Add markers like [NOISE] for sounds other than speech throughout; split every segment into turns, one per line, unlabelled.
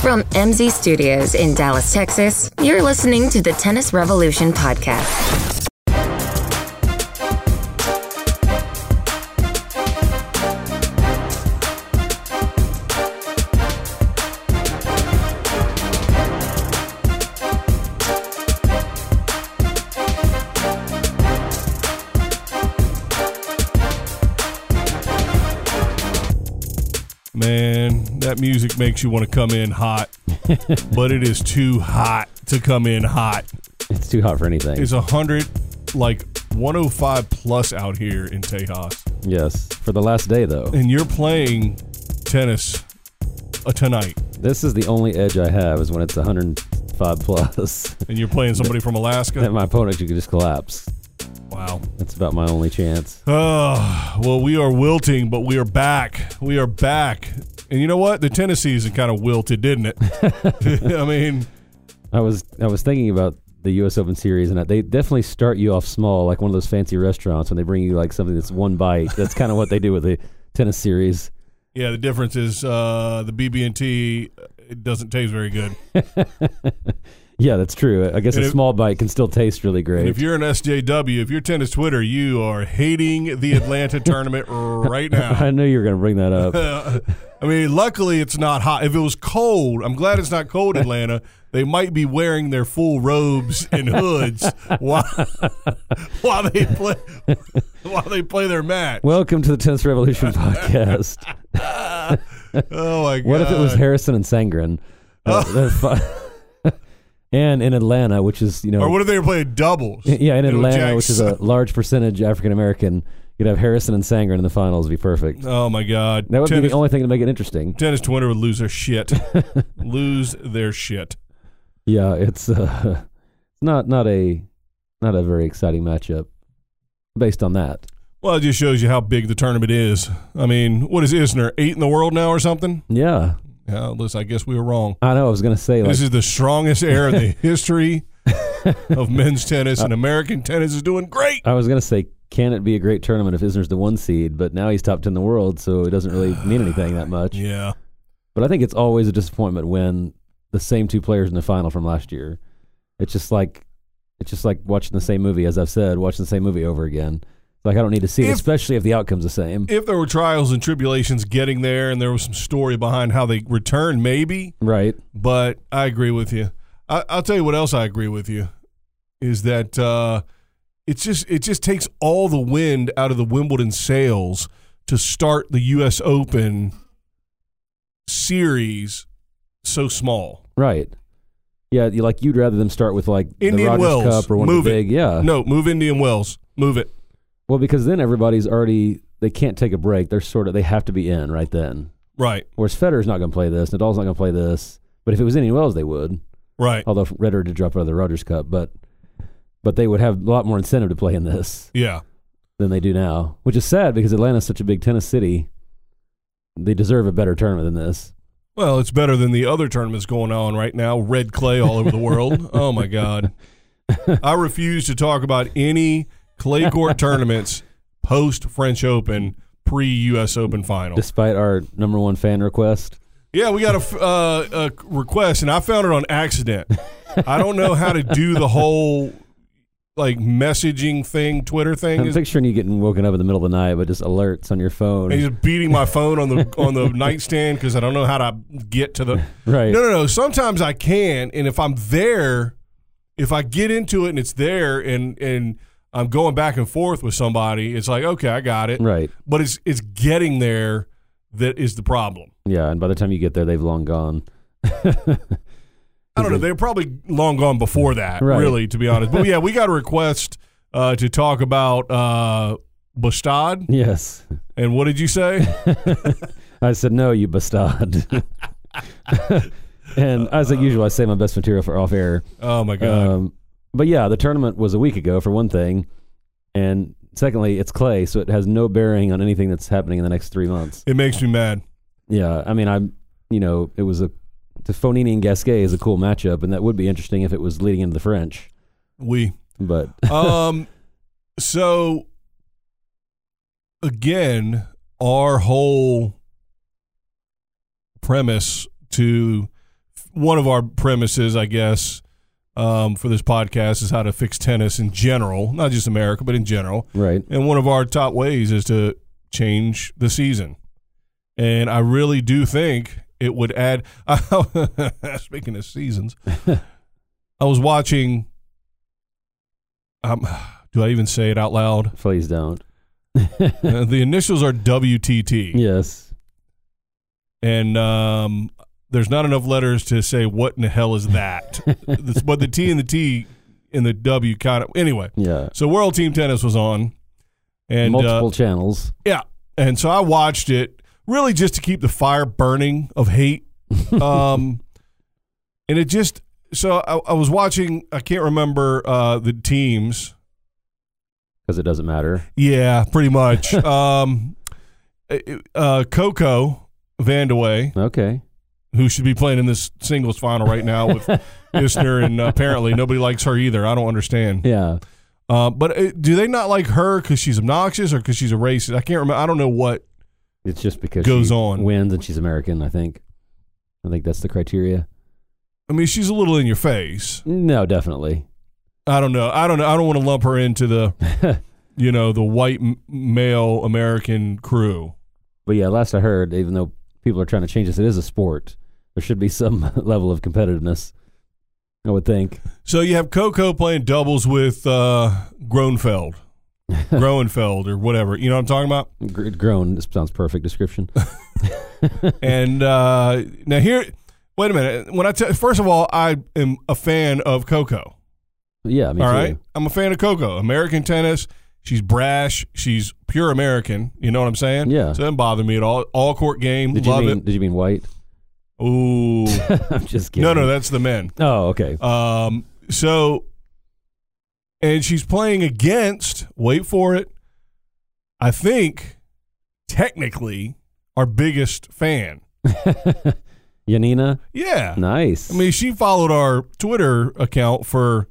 From MZ Studios in Dallas, Texas, you're listening to the Tennis Revolution Podcast.
Man, that music makes you want to come in hot, but it is too hot to come in hot.
It's too hot for anything.
It's a hundred, like 105 plus out here in Tejas,
yes. For the last day, though.
and you're playing tennis uh, tonight,
This is the only edge I have is when it's 105 plus. [LAUGHS]
and you're playing somebody from
At
Alaska.
my opponent, you could just collapse.
Wow.
That's about my only chance.
Oh, well, we are wilting, but we are back. We are back. And you know what? The tennis season kind of wilted, didn't it? [LAUGHS] I mean,
I was I was thinking about the U.S. Open Series, and they definitely start you off small, like one of those fancy restaurants when they bring you like something that's one bite. That's kind of what they do with the tennis series.
yeah, the difference is uh, the BB&T uh, it doesn't taste very good.
Yeah, that's true. I guess
And
a
if-
small bite can still taste really
And if
great.
you're an SJW, if you're tennis Twitter, you are hating the
[LAUGHS]
Atlanta tournament right now.
I knew you were going to bring that up.
[LAUGHS] I mean, luckily it's not hot. If it was cold, I'm glad it's not
[LAUGHS]
cold, Atlanta. They might be wearing their full robes and
[LAUGHS]
hoods while, [LAUGHS] while they play while they play their match.
Welcome to the
[LAUGHS]
Tennis Revolution podcast.
oh my god! Oh.
What if it was Harrison and Sangren? Uh, they're fu- [LAUGHS] and in Atlanta, which is you know,
Or what if they were playing doubles?
[LAUGHS] yeah, in
Middle
Atlanta,
jacks. [LAUGHS]
which is a large percentage African American, you'd have Harrison and Sangren in the finals. Would be perfect.
oh my god!
That would
tennis,
be the only thing to make it interesting.
tennis Twitter would lose their
[LAUGHS]
shit. lose their shit.
Yeah, it's uh, [LAUGHS] not not a not a very exciting matchup based on that.
Well, it just shows you how big the tournament is. I mean, what is Isner eight in the world now or something?
Yeah,
Yeah, listen, I guess we were wrong.
I know. I was gonna say like
This is the strongest air in the history of men's tennis, and American tennis is doing great.
I was gonna say, can it be a great tournament if Isner's the one seed? But now he's top ten in the world, so it doesn't really mean anything that much.
Yeah,
But I think it's always a disappointment when the same two players in the final from last year. It's just like it's just like watching the same movie, as I've said, watching the same movie over again. It's Like I don't need to see it,
If-
especially if the outcome's the same.
if there were trials and tribulations getting there, and there was some story behind how they returned, maybe.
right.
But I agree with you. I, I'll tell you what else I agree with you is that uh, it's just it just takes all the wind out of the Wimbledon sails to start the U.S. Open series so small.
Right. Yeah, you like you'd rather them start with like the
Indian
Rogers
Wells,
Cup or one
move
of the
it.
big, yeah.
No, move Indian Wells, move it.
Well, because then everybody's already they can't take a break. They're sort of they have to be in right then.
Right,
Whereas Federer's not going to play this, Nadal's not going to play this. But if it was any Wells, they would.
right.
Although Redder did drop out of the Rogers Cup, but but they would have a lot more incentive to play in this
Yeah,
than they do now, which is sad because Atlanta's such a big tennis city. They deserve a better tournament than this.
Well, it's better than the other tournaments going on right now. Red clay all over the world. oh my God! I refuse to talk about any clay court tournaments post French Open, pre U.S. Open final.
Despite our number one fan request,
yeah, we got a, f- uh, a request, and I found it on accident. I don't know how to do the whole like messaging thing, Twitter thing.
I'm
Is-
picturing you getting woken up in the middle of the night, but just alerts on your phone.
and he's beating my phone on the on the nightstand because I don't know how to get to the
right?
No, no, no. Sometimes I can, and if I'm there, if I get into it and it's there, and and I'm going back and forth with somebody, it's like okay, I got it.
Right.
But it's it's getting there that is the problem.
Yeah, and by the time you get there, they've long gone.
I don't know. They're probably long gone before that,
Right.
really, to be honest. But yeah, we got a request uh, to talk about uh, Bastad,
Yes,
and what did you say?
[LAUGHS] I said no, you bastard. [LAUGHS] and as like usual, I say my best material for off air.
oh my god!
Um, but yeah, the tournament was a week ago for one thing, and secondly, it's clay, so it has no bearing on anything that's happening in the next three months.
it makes me mad.
Yeah, I mean, I'm, you know, it was a to Fonini and Gasquet is a cool matchup, and that would be interesting if it was leading into the French.
We.
But [LAUGHS]
um so again our whole premise to one of our premises, I guess, um, for this podcast is how to fix tennis in general, not just America, but in general.
Right.
And one of our top ways is to change the season. And I really do think it would add. [LAUGHS] speaking of seasons, I was watching. Um, do I even say it out loud?
Please don't.
Uh, the initials are WTT.
yes. [LAUGHS]
And um, there's not enough letters to say what in the hell is
[LAUGHS]
that. This- but the T and the T and the W kind of. Anyway,
Yeah.
so World Team Tennis was on. And uh,
Multiple channels.
Yeah. And so I watched it really just to keep the fire burning of hate. Um, and it just, so I, I was watching, I can't remember uh, the teams.
Because it doesn't matter.
Yeah, pretty much. um, it- uh, Coco Vandaway,
Okay.
who should be playing in this singles final right now with Isner, and uh, apparently nobody likes her either. I don't understand.
Yeah.
Uh, but uh, do they not like her because she's obnoxious or because she's a racist? I can't remember. I don't know what
It's just because
Goes
she
on.
wins and she's American. I think. I think that's the criteria.
I mean, she's a little in your face.
No, definitely.
I don't know. I don't know. I don't want to lump her into
[LAUGHS]
the, you know, the white m- male American crew.
But yeah, last I heard, even though people are trying to change this, it is a sport. There should be some [LAUGHS] level of competitiveness. I would think.
So you have Coco playing doubles with uh,
[LAUGHS]
Groenfeld, Groenfeld or whatever. You know what I'm talking about?
Gr- grown this sounds perfect description.
And uh, now here, wait a minute. When I tell, first of all, I am a fan of Coco.
Yeah, me
All
too.
right, I'm a fan of Coco. American tennis. She's brash. She's pure American. You know what I'm saying?
Yeah.
So it doesn't bother me at all. All court game.
Did you
love
mean? Did you mean white? [LAUGHS]
it. Ooh.
I'm just kidding.
no, no, that's the men.
oh, okay.
Um, so, and she's playing against, wait for it, I think, technically, our biggest fan.
Yanina,
Yeah.
nice.
I mean, she followed our Twitter account for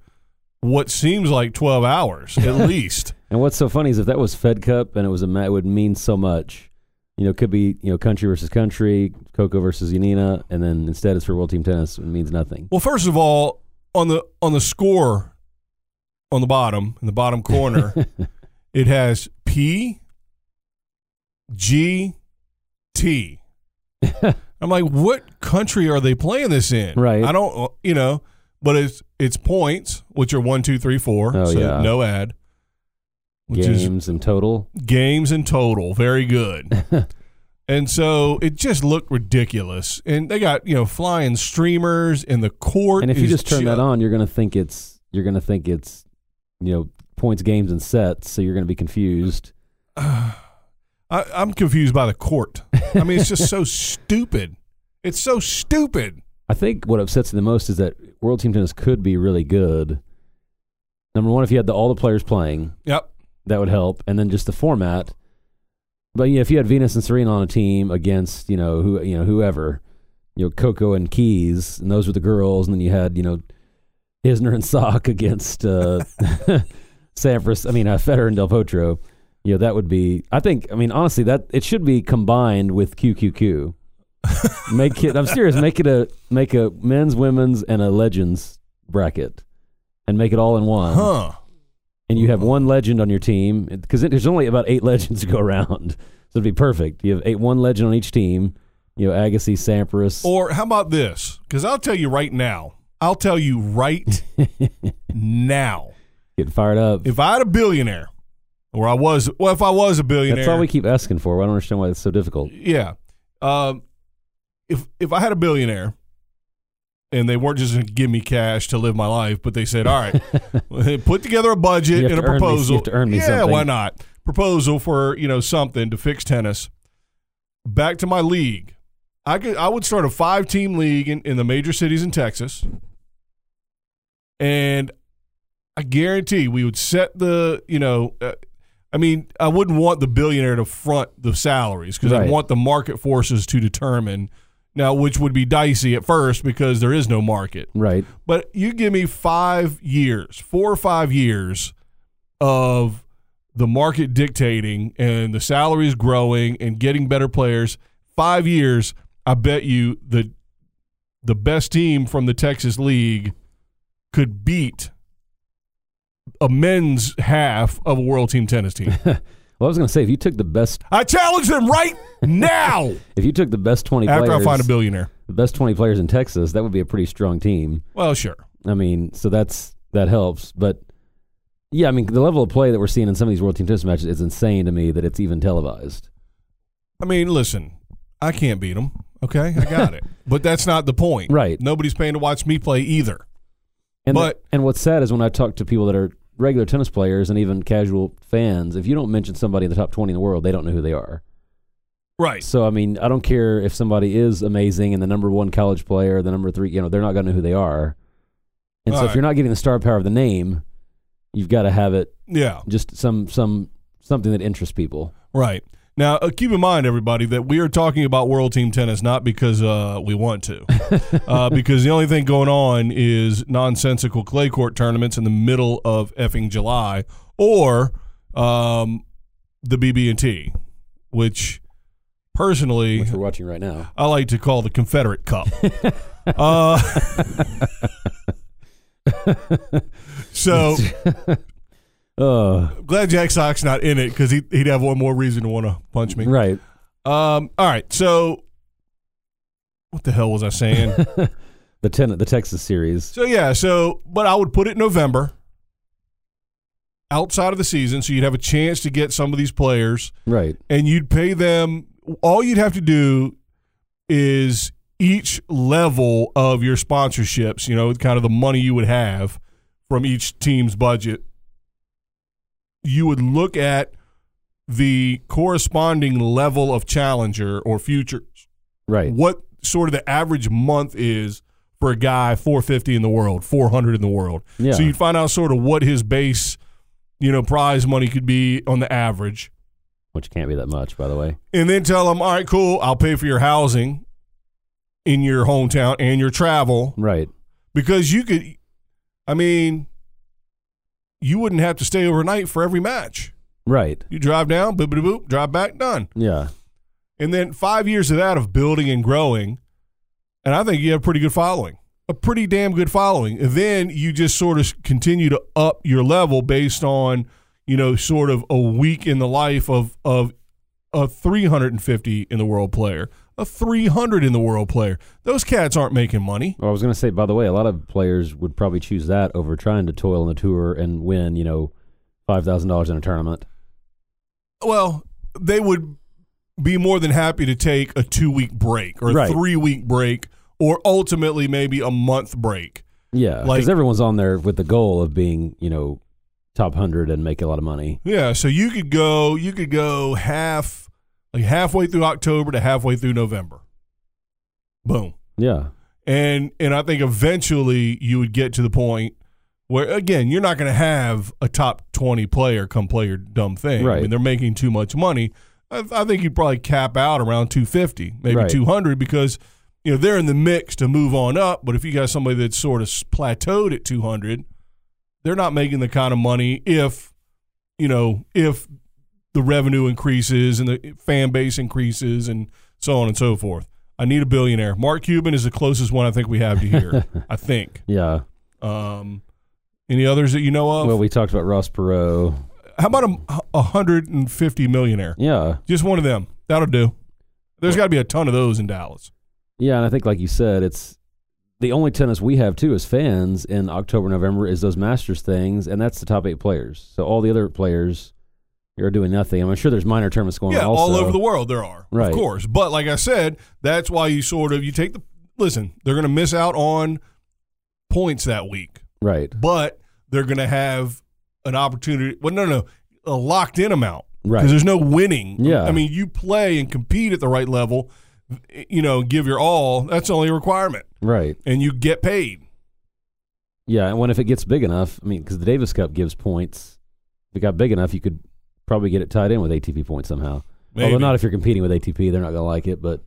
what seems like 12 hours at least.
and what's so funny is if that was Fed Cup and it was a ma- it would mean so much. You know, it could be you know country versus country, Coco versus Yanina, and then instead it's for World Team Tennis. It means nothing.
Well, first of all, on the on the score on the bottom in the bottom
[LAUGHS]
corner, it has P G
[LAUGHS]
T. I'm like, what country are they playing this in?
Right.
I don't, you know, but it's it's points, which are one, two, three, four.
Oh,
so
yeah.
no ad, which is
Games in total.
games in total. Very
[LAUGHS]
good. and so it just looked ridiculous. And they got you know flying streamers, and the court.
And if you
is
just turn that
ju-
on, you're gonna think it's you're gonna think it's you know points, games, and sets. So you're gonna be confused.
I, I'm confused by the court. I mean, it's
[LAUGHS]
just so stupid. It's so stupid.
I think what upsets me the most is that World Team Tennis could be really good. Number one, if you had the, all the players playing,
Yep.
that would help, and then just the format. But yeah, if you had Venus and Serena on a team against you know who you know whoever, you know Coco and Keys, and those were the girls, and then you had you know Isner and Sock against uh, [LAUGHS] Sampras. I mean uh, Federer and Del Potro. You know that would be. I think. I mean honestly, that it should be combined with QQQ. make it. I'm serious. Make it a make a men's, women's, and a legends bracket, and make it all in one
Huh.
and you have
Mm-hmm.
one legend on your team because there's only about eight legends to go around, [LAUGHS] so it'd be perfect. You have eight one legend on each team. You know, Agassi, Sampras.
Or how about this? Because I'll tell you right now. I'll tell you
[LAUGHS]
right now.
get fired up.
If I had a billionaire, or I was, well, if I was a billionaire,
That's all we keep asking for. I don't understand why it's so difficult.
yeah. Um, if if I had a billionaire, and they weren't just going to give me cash to live my life, but they said, "All
[LAUGHS]
right, [LAUGHS] put together a budget
You
and
have
a
to earn me- you
proposal."
have to earn me
yeah,
something.
why not? Proposal for you know something to fix tennis. Back to my league, I could I would start a five team league in, in the major cities in Texas, and I guarantee we would set the you know. Uh, I mean, I wouldn't want the billionaire to front the salaries because
Right.
I want the market forces to determine now, which would be dicey at first because there is no market.
Right.
But you give me five years, four or five years of the market dictating and the salaries growing and getting better players. Five years, I bet you the the best team from the Texas League could beat a men's half of a world team tennis team.
Well, I was going to say if you took the best,
I challenge them right now
if you took the best twenty
after
players,
I find a billionaire.
the best twenty players in Texas, that would be a pretty strong team.
Well, sure.
I mean, so that's that helps, but yeah, I mean, the level of play that we're seeing in some of these world team tennis matches is insane to me that it's even televised.
I mean, listen, I can't beat them. Okay, I got
[LAUGHS]
it. But that's not the point.
Right.
Nobody's paying to watch me play either.
And the-
But-
and what's sad is when I talk to people that are regular tennis players and even casual fans, if you don't mention somebody in the top twenty in the world, they don't know who they are.
Right.
So I mean, I don't care if somebody is amazing and the number one college player, the number three, you know, they're not going to know who they are. And so
All
if you're not getting the star power of the name, you've got to have it
Yeah.
just some some something that interests people.
Right. Now, uh, keep in mind, everybody, that we are talking about World Team Tennis not because uh, we want
[LAUGHS]
to, uh, because the only thing going on is nonsensical clay court tournaments in the middle of effing July or um, the BB&T, which personally
Which we're watching
[LAUGHS]
right now.
I like to call the Confederate Cup. uh, so
Uh,
glad Jack Sock's not in it because he, he'd have one more reason to want to punch me.
right.
Um, all right, so what the hell was I saying?
The ten, the Texas series.
so yeah, so but I would put it in November, outside of the season, so you'd have a chance to get some of these players,
Right.
and you'd pay them. All you'd have to do is each level of your sponsorships, you know, kind of the money you would have from each team's budget. You would look at the corresponding level of challenger or future
Right.
what sort of the average month is for a guy 450 in the world 400 in the world
Yeah.
so you'd find out sort of what his base you know prize money could be on the average
Which can't be that much, by the way.
and then tell him all right cool i'll pay for your housing in your hometown and your travel
Right.
because you could i mean you wouldn't have to stay overnight for every match
Right.
you drive down boop boop boop drive back done
Yeah.
And then five years of that of building and growing. And I think you have a pretty good following, a pretty damn good following. And then you just sort of continue to up your level based on, you know, sort of a week in the life of, of a 350 in the world player, a 300 in the world player. Those cats aren't making money.
Well, I was going to say, by the way, a lot of players would probably choose that over trying to toil on the tour and win, you know, five thousand dollars in a tournament.
Well, they would be more than happy to take a two week break or a
Right.
three week break or ultimately maybe a month break.
Yeah, because
Like-
everyone's on there with the goal of being, you know, top hundred and make a lot of money.
Yeah, so you could go you could go half like halfway through October to halfway through November. Boom.
Yeah,
And and I think eventually you would get to the point where again, you're not going to have a top 20 player come play your dumb thing. I
Right.
mean, they're making too much money. I, I think you'd probably cap out around 250, maybe
Right.
200 because you know, they're in the mix to move on up, but if you got somebody that's sort of plateaued at 200, they're not making the kind of money if you know, if the revenue increases and the fan base increases and so on and so forth. I need a billionaire. Mark Cuban is the closest one I think we have to
[LAUGHS]
here. I think.
yeah.
Um, any others that you know of?
Well, we talked about Ross Perot.
How about a, a hundred and fifty millionaire?
Yeah,
Just one of them. That'll do. There's got to be a ton of those in Dallas.
yeah, and I think, like you said, it's the only tennis we have too as fans in October, November is those Masters things, and that's the top eight players. So all the other players are doing nothing. I'm sure there's minor tournaments going
Yeah,
on. Also.
all over the world there are,
Right.
of course. But like I said, that's why you sort of you take the listen. They're going to miss out on points that week.
Right,
but they're going to have an opportunity. Well, no, no, a locked in amount because
right,
there's no winning.
Yeah.
I mean, you play and compete at the right level, you know, give your all. That's the only requirement,
right.
and you get paid.
Yeah, and when if it gets big enough, I mean, because the Davis Cup gives points. If it got big enough, you could probably get it tied in with ATP points somehow. Although
Maybe.
not if you're competing with ATP, they're not going to like it. But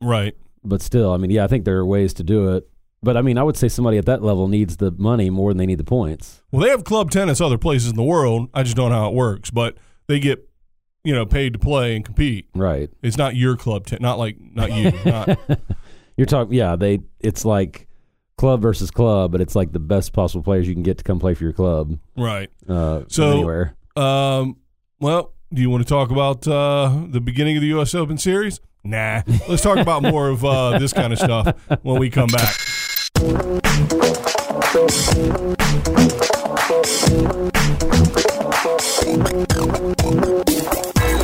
Right.
but still, I mean, yeah, I think there are ways to do it. But I mean, I would say somebody at that level needs the money more than they need the points.
Well, they have club tennis other places in the world. I just don't know how it works, but they get you know paid to play and compete.
Right.
It's not your club tennis, not like not you, not
You're talking, yeah. They it's like club versus club, but it's like the best possible players you can get to come play for your club.
Right.
Uh, from
So-
anywhere.
Um, well, do you want to talk about uh, the beginning of the U.S. Open Series? Nah. Let's talk about more of uh, this kind of stuff when we come back.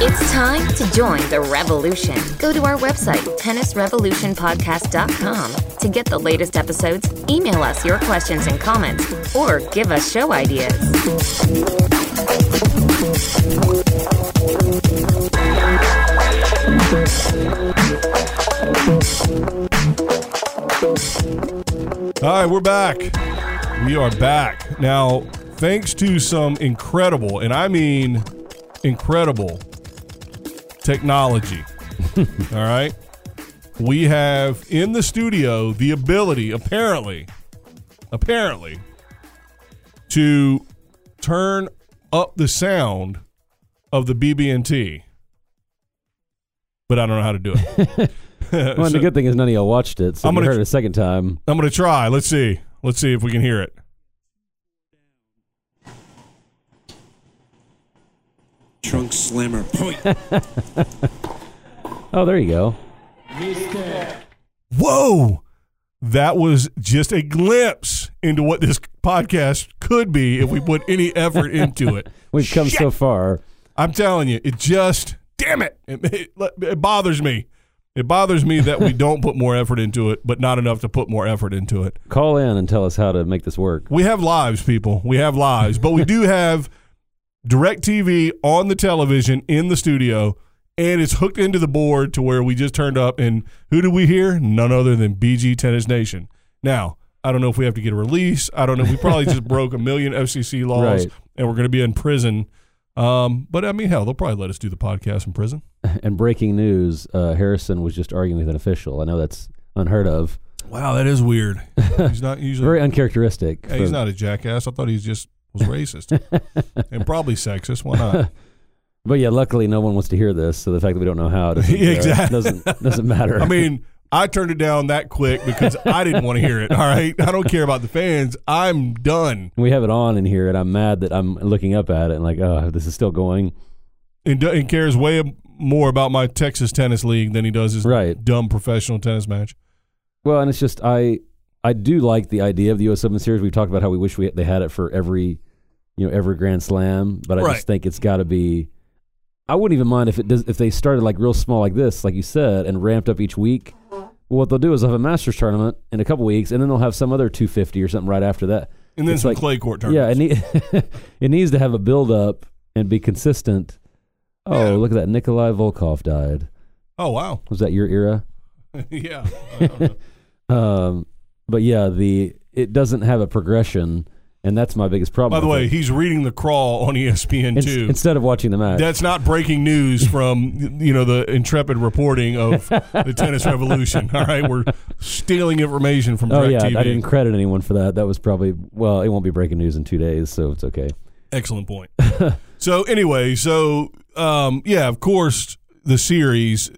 It's time to join the revolution. Go to our website, tennisrevolutionpodcast.com, to get the latest episodes, email us your questions and comments, or give us show ideas.
All right, we're back. We are back. Now, thanks to some incredible, and I mean incredible,
[LAUGHS]
technology. all right. We have in the studio the ability, apparently, apparently, to turn up the sound of the BB&T. But I don't know how to do it.
[LAUGHS]
[LAUGHS]
Well, and
uh, So-
the good thing is none of y'all watched it, so
I'm
I'm
gonna
gonna heard
tr-
it a second time.
I'm gonna try. Let's see. Let's see if we can hear it.
Trunk slammer. Point.
Oh, there you go.
Whoa! That was just a glimpse into what this podcast could be if we put any effort into it.
We've come
Shit.
so far.
I'm telling you, it just damn it, it, it, it bothers me. It bothers me that we don't put more effort into it, but not enough to put more effort into it.
Call in and tell us how to make this work.
We have lives, people. We have lives, but we [LAUGHS] do have direct TV on the television in the studio, and it's hooked into the board to where we just turned up. And who do we hear? None other than BG Tennis Nation. Now, I don't know if we have to get a release. I don't know. We probably [LAUGHS] just broke a million FCC laws,
Right.
and we're going to be in prison. Um, but I mean, hell, they'll probably let us do the podcast in prison.
[LAUGHS] And breaking news: uh, Harrison was just arguing with an official. I know that's unheard of.
Wow, that is weird. [LAUGHS] He's not usually
Very uncharacteristic.
Hey, he's
for-
not a jackass. I thought he just was racist [LAUGHS] and probably sexist. Why not?
But yeah, luckily no one wants to hear this. So the fact that we don't
[LAUGHS]
know how doesn't,
Yeah, exactly. [LAUGHS]
doesn't doesn't matter.
I mean, I turned it down that quick because I didn't want to hear it. All right, I don't care about the fans. I'm done.
[LAUGHS] we have it on in here, and I'm mad that I'm looking up at it and like, oh, this is still going.
And, and cares way more about my Texas tennis league than he does his
Right.
dumb professional tennis match.
Well, and it's just I I do like the idea of the U.S. Open Series. We've talked about how we wish we they had it for every you know every Grand Slam, but I
Right.
just think it's got to be. I wouldn't even mind if it does if they started like real small like this, like you said, and ramped up each week. What they'll do is they'll have a Masters tournament in a couple weeks, and then they'll have some other 250 or something right after that.
And then
It's
some
like-
clay court
Yeah, it,
tournaments.
need, [LAUGHS] it needs to have a build up and be consistent. Oh,
Yeah.
look at that! Nikolai Volkov died.
oh wow. [LAUGHS]
Was that your era? [LAUGHS]
yeah. I don't know.
Um, but yeah, the it doesn't have a progression, and that's my biggest problem.
By the
with
way,
it.
he's reading the crawl on E ESPN
Ins-
two.
instead of watching the match,
That's not breaking news from you know the intrepid reporting of the tennis revolution. All right, we're stealing information from
oh
Direct
yeah,
TV.
I didn't credit anyone for that. That was probably well, it won't be breaking news in two days, so it's okay.
Excellent point. [LAUGHS] so anyway, so um, yeah, of course, the series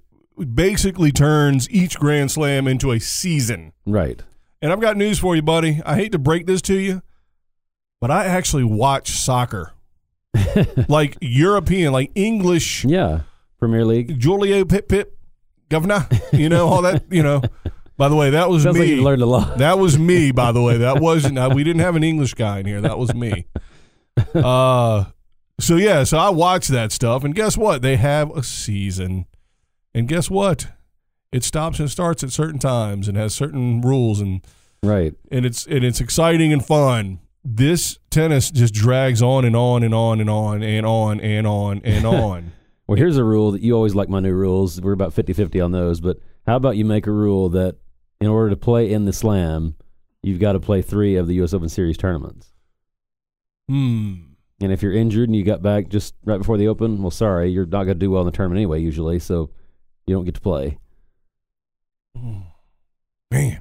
basically turns each Grand Slam into a season.
Right?
And I've got news for you, buddy. I hate to break this to you, but I actually watch
[LAUGHS]
soccer, like European, like English,
Yeah, Premier League
Julio Pip Pip, Governor, you know all that. You know. By the way, that was
sounds
me.
like you learned a lot. [LAUGHS]
That was me, by the way. That wasn't. uh, we didn't have an English guy in here. That was me. Uh, so yeah. So I watched that stuff, and guess what? They have a season, and guess what? It stops and starts at certain times and has certain rules, and
Right?
and it's and it's exciting and fun. This tennis just drags on and on and on and on and on and on and on.
Well, here's a rule that you always like my new rules. We're about 50-50 on those, but how about you make a rule that in order to play in the Slam, you've got to play three of the U.S. Open Series tournaments.
hmm.
And if you're injured and you got back just right before the open, well, sorry, you're not going to do well in the tournament anyway, usually, so you don't get to play.
Man.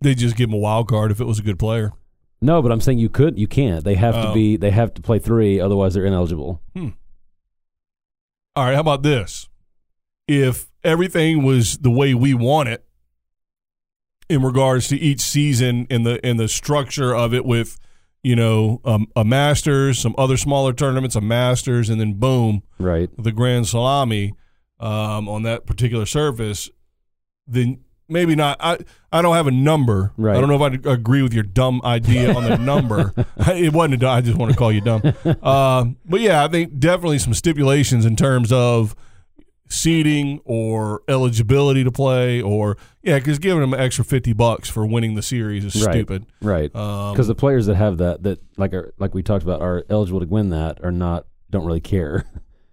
They just give him a wild card if it was a good player.
No, but I'm saying you could, you can't. They have
Oh.
to be, they have to play three, otherwise they're ineligible.
All right, how about this? If everything was the way we want it in regards to each season and the and the structure of it with you know um, a masters some other smaller tournaments a masters and then boom
Right.
the grand salami um, on that particular surface then maybe not i i don't have a number
Right.
i don't know if i would agree with your dumb idea
[LAUGHS]
on the number it wasn't a dumb i just want to call you dumb um, but yeah i think definitely some stipulations in terms of seating or eligibility to play or yeah because giving them an extra 50 bucks for winning the series is
Right.
stupid
Right.
um,
Because the players that have that that like are, like we talked about are eligible to win that are not don't really care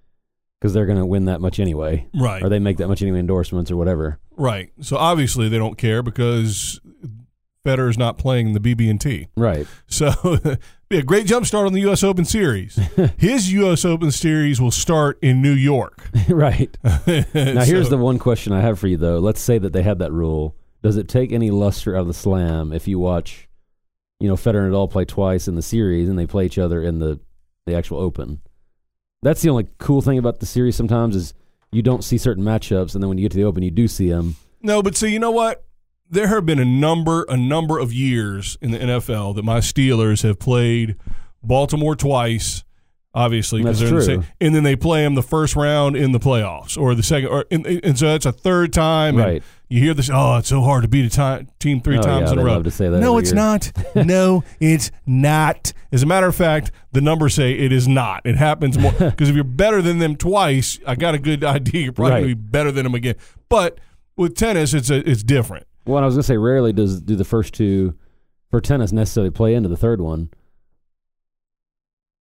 [LAUGHS] because they're going to win that much anyway
right
or they make that much anyway endorsements or whatever.
right so obviously they don't care because Federer's not playing the BB&T.
Right. [LAUGHS]
So [LAUGHS] be a great jump start on the US Open
[LAUGHS]
series. His US Open series will start in New York. [LAUGHS]
right. Now here's
So-
the one question I have for you though. Let's say that they had that rule. Does it take any luster out of the slam if you watch, you know, Federer and all play twice in the series and they play each other in the the actual Open? That's the only cool thing about the series. Sometimes is you don't see certain matchups, and then when you get to the Open, you do see them.
No, but see, you know what? There have been a number a number of years in the NFL that my Steelers have played Baltimore twice. Obviously, because
That's
they're in the
true.
same, and then they play them the first round in the playoffs or the second, or and, and so that's a third time. and
Right.
you hear this? Oh, it's so hard to beat a ti- team three
Oh,
times
yeah,
in a
they
row.
love to say that
no,
every
it's
year.
not.
[LAUGHS]
no, it's not. As a matter of fact, the numbers say it is not. It happens
[LAUGHS]
more because if you're better than them twice, I got a good [LAUGHS] idea. You're probably
Right.
going to be better than them again. But with tennis, it's a, it's different.
Well, I was gonna say rarely does do the first two for tennis necessarily play into the third one.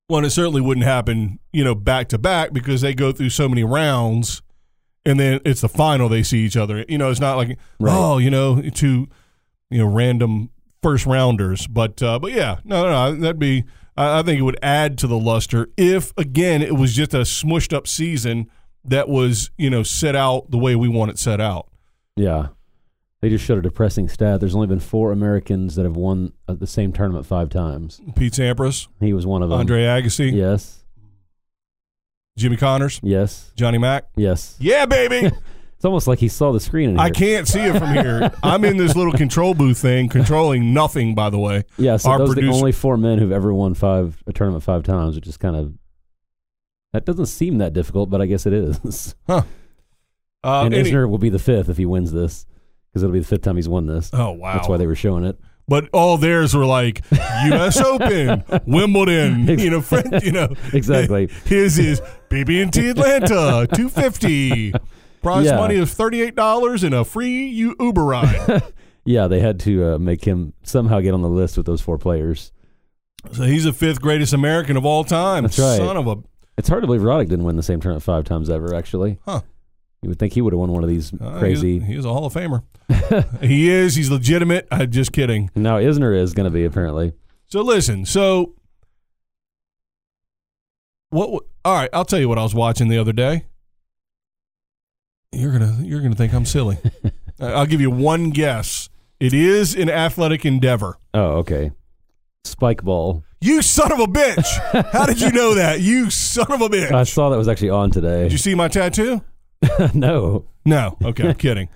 Well, and it certainly wouldn't happen, you know, back to back because they go through so many rounds, and then it's the final they see each other. You know, it's not like
Right.
oh, you know, two, you know, random first rounders. But uh, but yeah, no, no, no, that'd be. I, I think it would add to the luster if again it was just a smushed up season that was you know set out the way we want it set out.
Yeah. They just showed a depressing stat. There's only been four Americans that have won uh, the same tournament five times.
Pete Sampras,
He was one of them.
Andre Agassi,
Yes.
Jimmy Connors,
Yes.
Johnny Mack.
Yes.
Yeah, baby.
It's almost like he saw the screen. In here.
I can't see it from
[LAUGHS]
here. I'm in this little control booth thing, controlling nothing. By the way,
Yeah. So
Our
those are the
producer-
only four men who've ever won five a tournament five times, which is kind of that doesn't seem that difficult, but I guess it is. [LAUGHS]
uh,
and
any-
Isner will be the fifth if he wins this, because it'll be the fifth time he's won this.
oh wow!
That's why they were showing it.
but all theirs were like
[LAUGHS]
U.S. Open, Wimbledon, you know, French, you know,
Exactly.
[LAUGHS] His is BB&T Atlanta, two fifty. Prize
Yeah.
money is thirty eight dollars and a free U- Uber ride.
Yeah, they had to uh, make him somehow get on the list with those four players.
so he's the fifth greatest American of all time.
That's right.
Son of a uh,
It's hard to believe Roddick didn't win the same tournament five times ever. Actually,
Huh.
You would think he would have won one of these
uh,
crazy.
He's, he's a Hall of Famer. [LAUGHS] he is. He's legitimate. I'm just kidding.
Now Isner is going to be apparently.
So listen, so what? w- All right, I'll tell you what I was watching the other day. You're gonna you're gonna think I'm silly. I- I'll give you one guess. It is an athletic endeavor.
Oh, okay. Spike ball.
You son of a bitch! How did you know that? You son of a
I
bitch!
saw that was actually on
Did
today. [LAUGHS]
you see my tattoo?
no.
No. Okay, I'm kidding.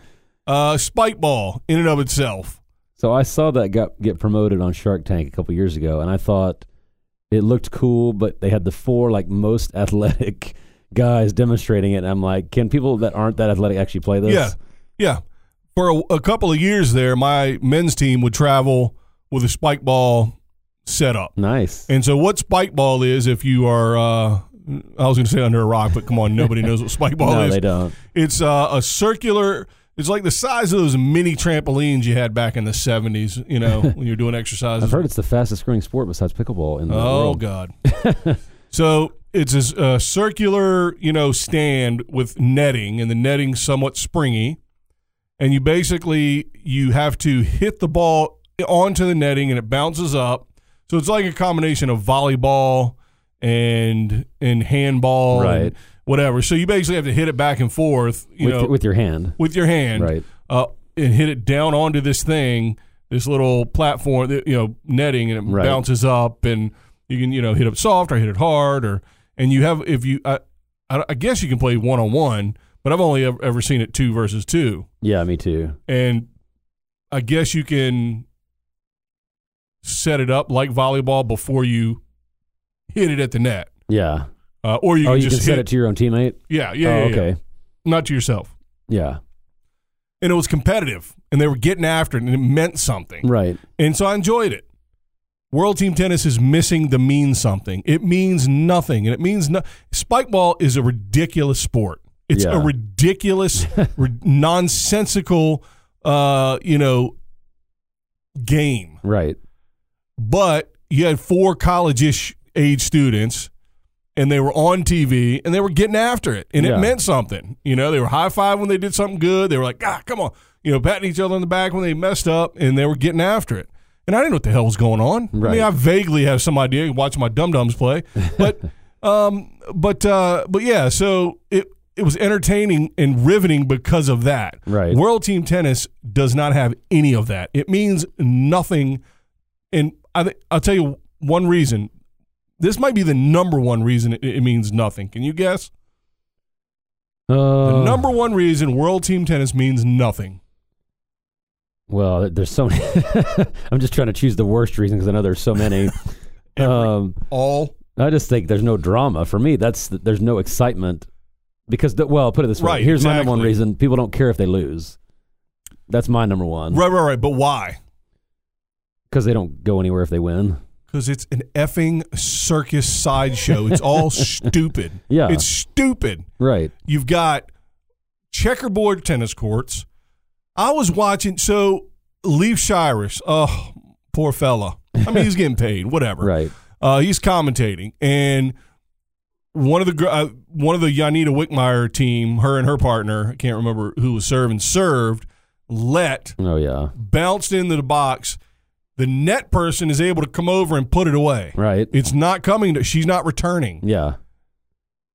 Uh, spike ball in and of itself.
So I saw that got get promoted on Shark Tank a couple years ago, and I thought it looked cool, but they had the four like most [LAUGHS] athletic guys demonstrating it. And I'm like, can people that aren't that athletic actually play this?
Yeah, yeah. For a, a couple of years there, my men's team would travel with a spike ball setup.
Nice.
And so, what spike ball is, if you are, uh, I was going to say under a rock, but come on, nobody knows what
[LAUGHS]
spike ball
no,
is.
they don't.
It's uh, a circular. It's like the size of those mini trampolines you had back in the seventies. You
[LAUGHS]
know, when you're doing exercises.
I've heard it's the fastest growing sport besides pickleball in the
oh
world.
God. [LAUGHS] so it's a s- a circular, you know, stand with netting, and the netting's somewhat springy. And you basically you have to hit the ball onto the netting, and it bounces up. So it's like a combination of volleyball and and handball, and
Right.
whatever. So you basically have to hit it back and forth, you
with,
know,
with your hand.
with your hand,
Right.
uh, and hit it down onto this thing, this little platform, that, you know, netting, and it
Right.
bounces up, and you can, you know, hit it soft or hit it hard, or and you have if you, I, I, I guess you can play one on one, but I've only ever, ever seen it two versus two,
Yeah, me too.
and I guess you can set it up like volleyball before you hit it at the net,
Yeah.
uh, or you
oh,
can
you
just
can set
hit
it to your own teammate.
yeah, yeah,
oh,
yeah, yeah.
okay.
not to yourself.
Yeah.
And it was competitive, and they were getting after it, and it meant something.
Right.
And so I enjoyed it. World Team Tennis is missing the mean something. It means nothing, and it means no. Spike ball is a ridiculous sport. It's a
Yeah. [LAUGHS]
ridiculous, ri- nonsensical, uh, you know, game.
Right.
But you had four college-ish age students, and they were on TV, and they were getting after it, and it
Yeah.
meant something. You know, they were high five when they did something good. They were like, "Ah, come on!" You know, patting each other on the back when they messed up, and they were getting after it. And I didn't know what the hell was going on. I
Right.
mean, I vaguely have some idea. You Watch my dum dums play, but, um, but, uh, but yeah. So it it was entertaining and riveting because of that.
Right.
World Team Tennis does not have any of that. It means nothing. And I th- I'll tell you one reason. This might be the number one reason it, it means nothing. Can you guess?
Uh,
the number one reason World Team Tennis means nothing.
Well, th- there's so many. [LAUGHS] I'm just trying to choose the worst reason because I know there's
[LAUGHS]
so many. um,
All
I just think there's no drama for me. That's th- there's no excitement because the, well, put it this way.
Right,
Here's my number one
exactly.
reason: people don't care if they lose. That's my number one
right, right, right. But why?
because they don't go anywhere if they win.
Because it's an effing circus sideshow. It's all [LAUGHS] stupid.
Yeah.
It's stupid.
Right.
You've got checkerboard tennis courts. I was watching. So Leaf Shirus, oh, poor fella. I mean, he's getting paid, whatever.
[LAUGHS] Right.
Uh, he's commentating, and one of the gr- uh, one of the Yanita Wickmeyer team, her and her partner, I can't remember who was serving, served, let
Oh yeah.
bounced into the box. The net person is able to come over and put it away.
Right.
It's not coming. To, she's not returning.
Yeah.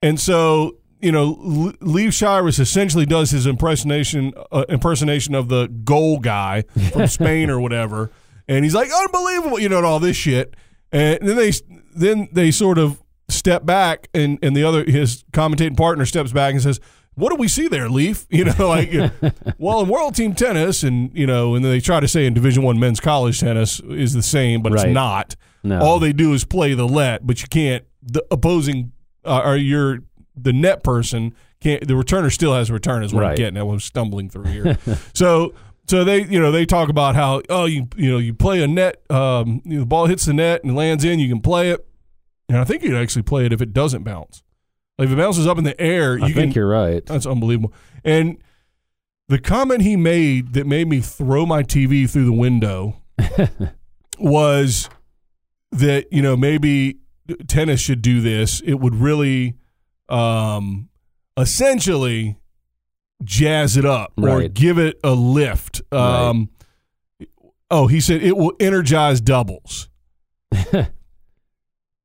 And so, you know, L- Lee Cyrus essentially does his impersonation uh, impersonation of the goal guy from Spain or whatever, and he's like unbelievable, you know, and all this shit. And then they then they sort of step back, and and the other his commentating partner steps back and says. What do we see there, Leaf? [LAUGHS] You know, like, well, in World Team Tennis, and you know, and then they try to say in Division One men's college tennis is the same, but
Right.
it's not.
No.
All they do is play the let, but you can't. The opposing uh, or your the net person can't. The returner still has a return, is what I'm
Right.
getting. at, what I'm stumbling through
[LAUGHS]
here. so so they you know they talk about how oh you you know you play a net um, you know, the ball hits the net and lands in you can play it, and I think you'd actually play it if it doesn't bounce. Like if it bounces up in the air,
I
you
think
can. Uh,
you're right.
That's unbelievable. And the comment he made that made me throw my TV through the
[LAUGHS]
window was that you know maybe tennis should do this. It would really, um, essentially, jazz it up or
Right.
give it a lift.
Right.
Um, Oh, he said it will energize
[LAUGHS]
doubles,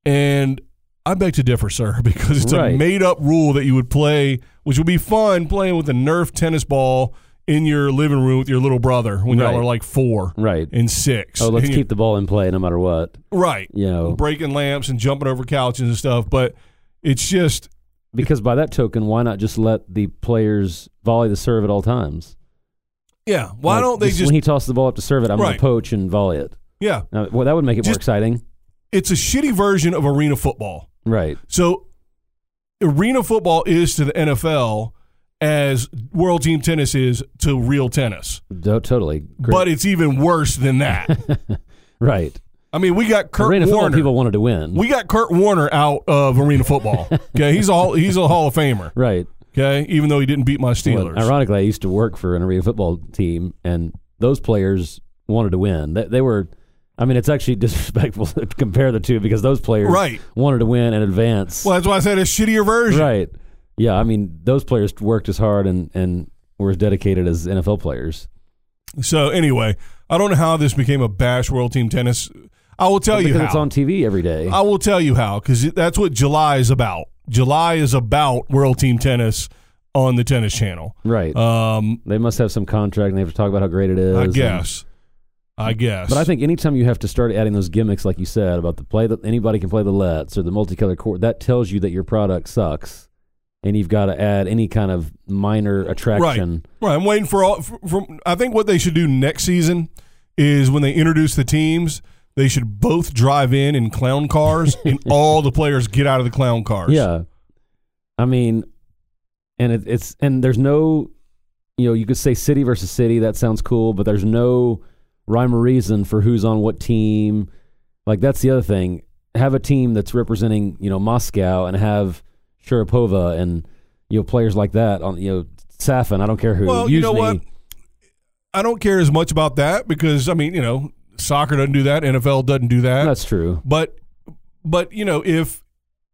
and I beg to differ, sir, [LAUGHS] because it's a
Right.
made-up rule that you would play, which would be fun playing with a Nerf tennis ball in your living room with your little brother when
Right.
y'all are like four
right.
and six.
Oh, let's
And you-
keep the ball in play no matter what.
right.
You know,
breaking lamps and jumping over couches and stuff, but it's just
because by that token, why not just let the players volley the serve at all times?
yeah. Why
Like,
don't they just
when he tosses the ball up to serve it? I'm
Right.
gonna poach and volley it.
yeah?
Now, well, that would make it more
Just-
exciting,
It's a shitty version of arena football.
right?
So arena football is to the NFL as world team tennis is to real tennis,
Do- totally. Great.
but it's even worse than
[LAUGHS]
that.
right.
I mean, we got Kurt
Arena football
Warner.
people wanted to win.
we got Kurt Warner out of arena
[LAUGHS]
football. Okay, he's a hall, he's a Hall of Famer.
right.
Okay, even though he didn't beat my
Well,
Steelers.
ironically, I used to work for an arena football team, and those players wanted to win. They, they were. I mean, it's actually [LAUGHS] disrespectful to compare the two because those players
Right.
wanted to win and advance.
Well, that's why I said a shittier version.
Right. Yeah. I mean, those players worked as hard and, and were as dedicated as NFL players.
So anyway, I don't know how this became a bash World Team Tennis. I will tell you
because
how. Uh,
it's on TV every day.
I will tell you how because that's what July is about. July is about World Team Tennis on the Tennis Channel.
right.
Um,
they must have some contract and they have to talk about how great it is.
I
and-
guess. I guess.
But I think anytime you have to start adding those gimmicks, like you said, about the play that anybody can play the lets or the multicolor court, that tells you that your product sucks and you've got to add any kind of minor attraction.
Right. I'm waiting for all. f- From I think what they should do next season is when they introduce the teams, they should both drive in in clown cars,
[LAUGHS]
and all the players get out of the clown cars.
Yeah. I mean, and it, it's and there's no, you know, you could say city versus city. That sounds cool, but there's no rhyme or reason for who's on what team. Like that's the other thing. Have a team that's representing you know Moscow and have Sharapova and you know players like that on you know Safin. I don't care who.
Well,
Usually,
you know what? I don't care as much about that because I mean, you know, soccer doesn't do that, NFL doesn't do that.
that's true.
but but you know, if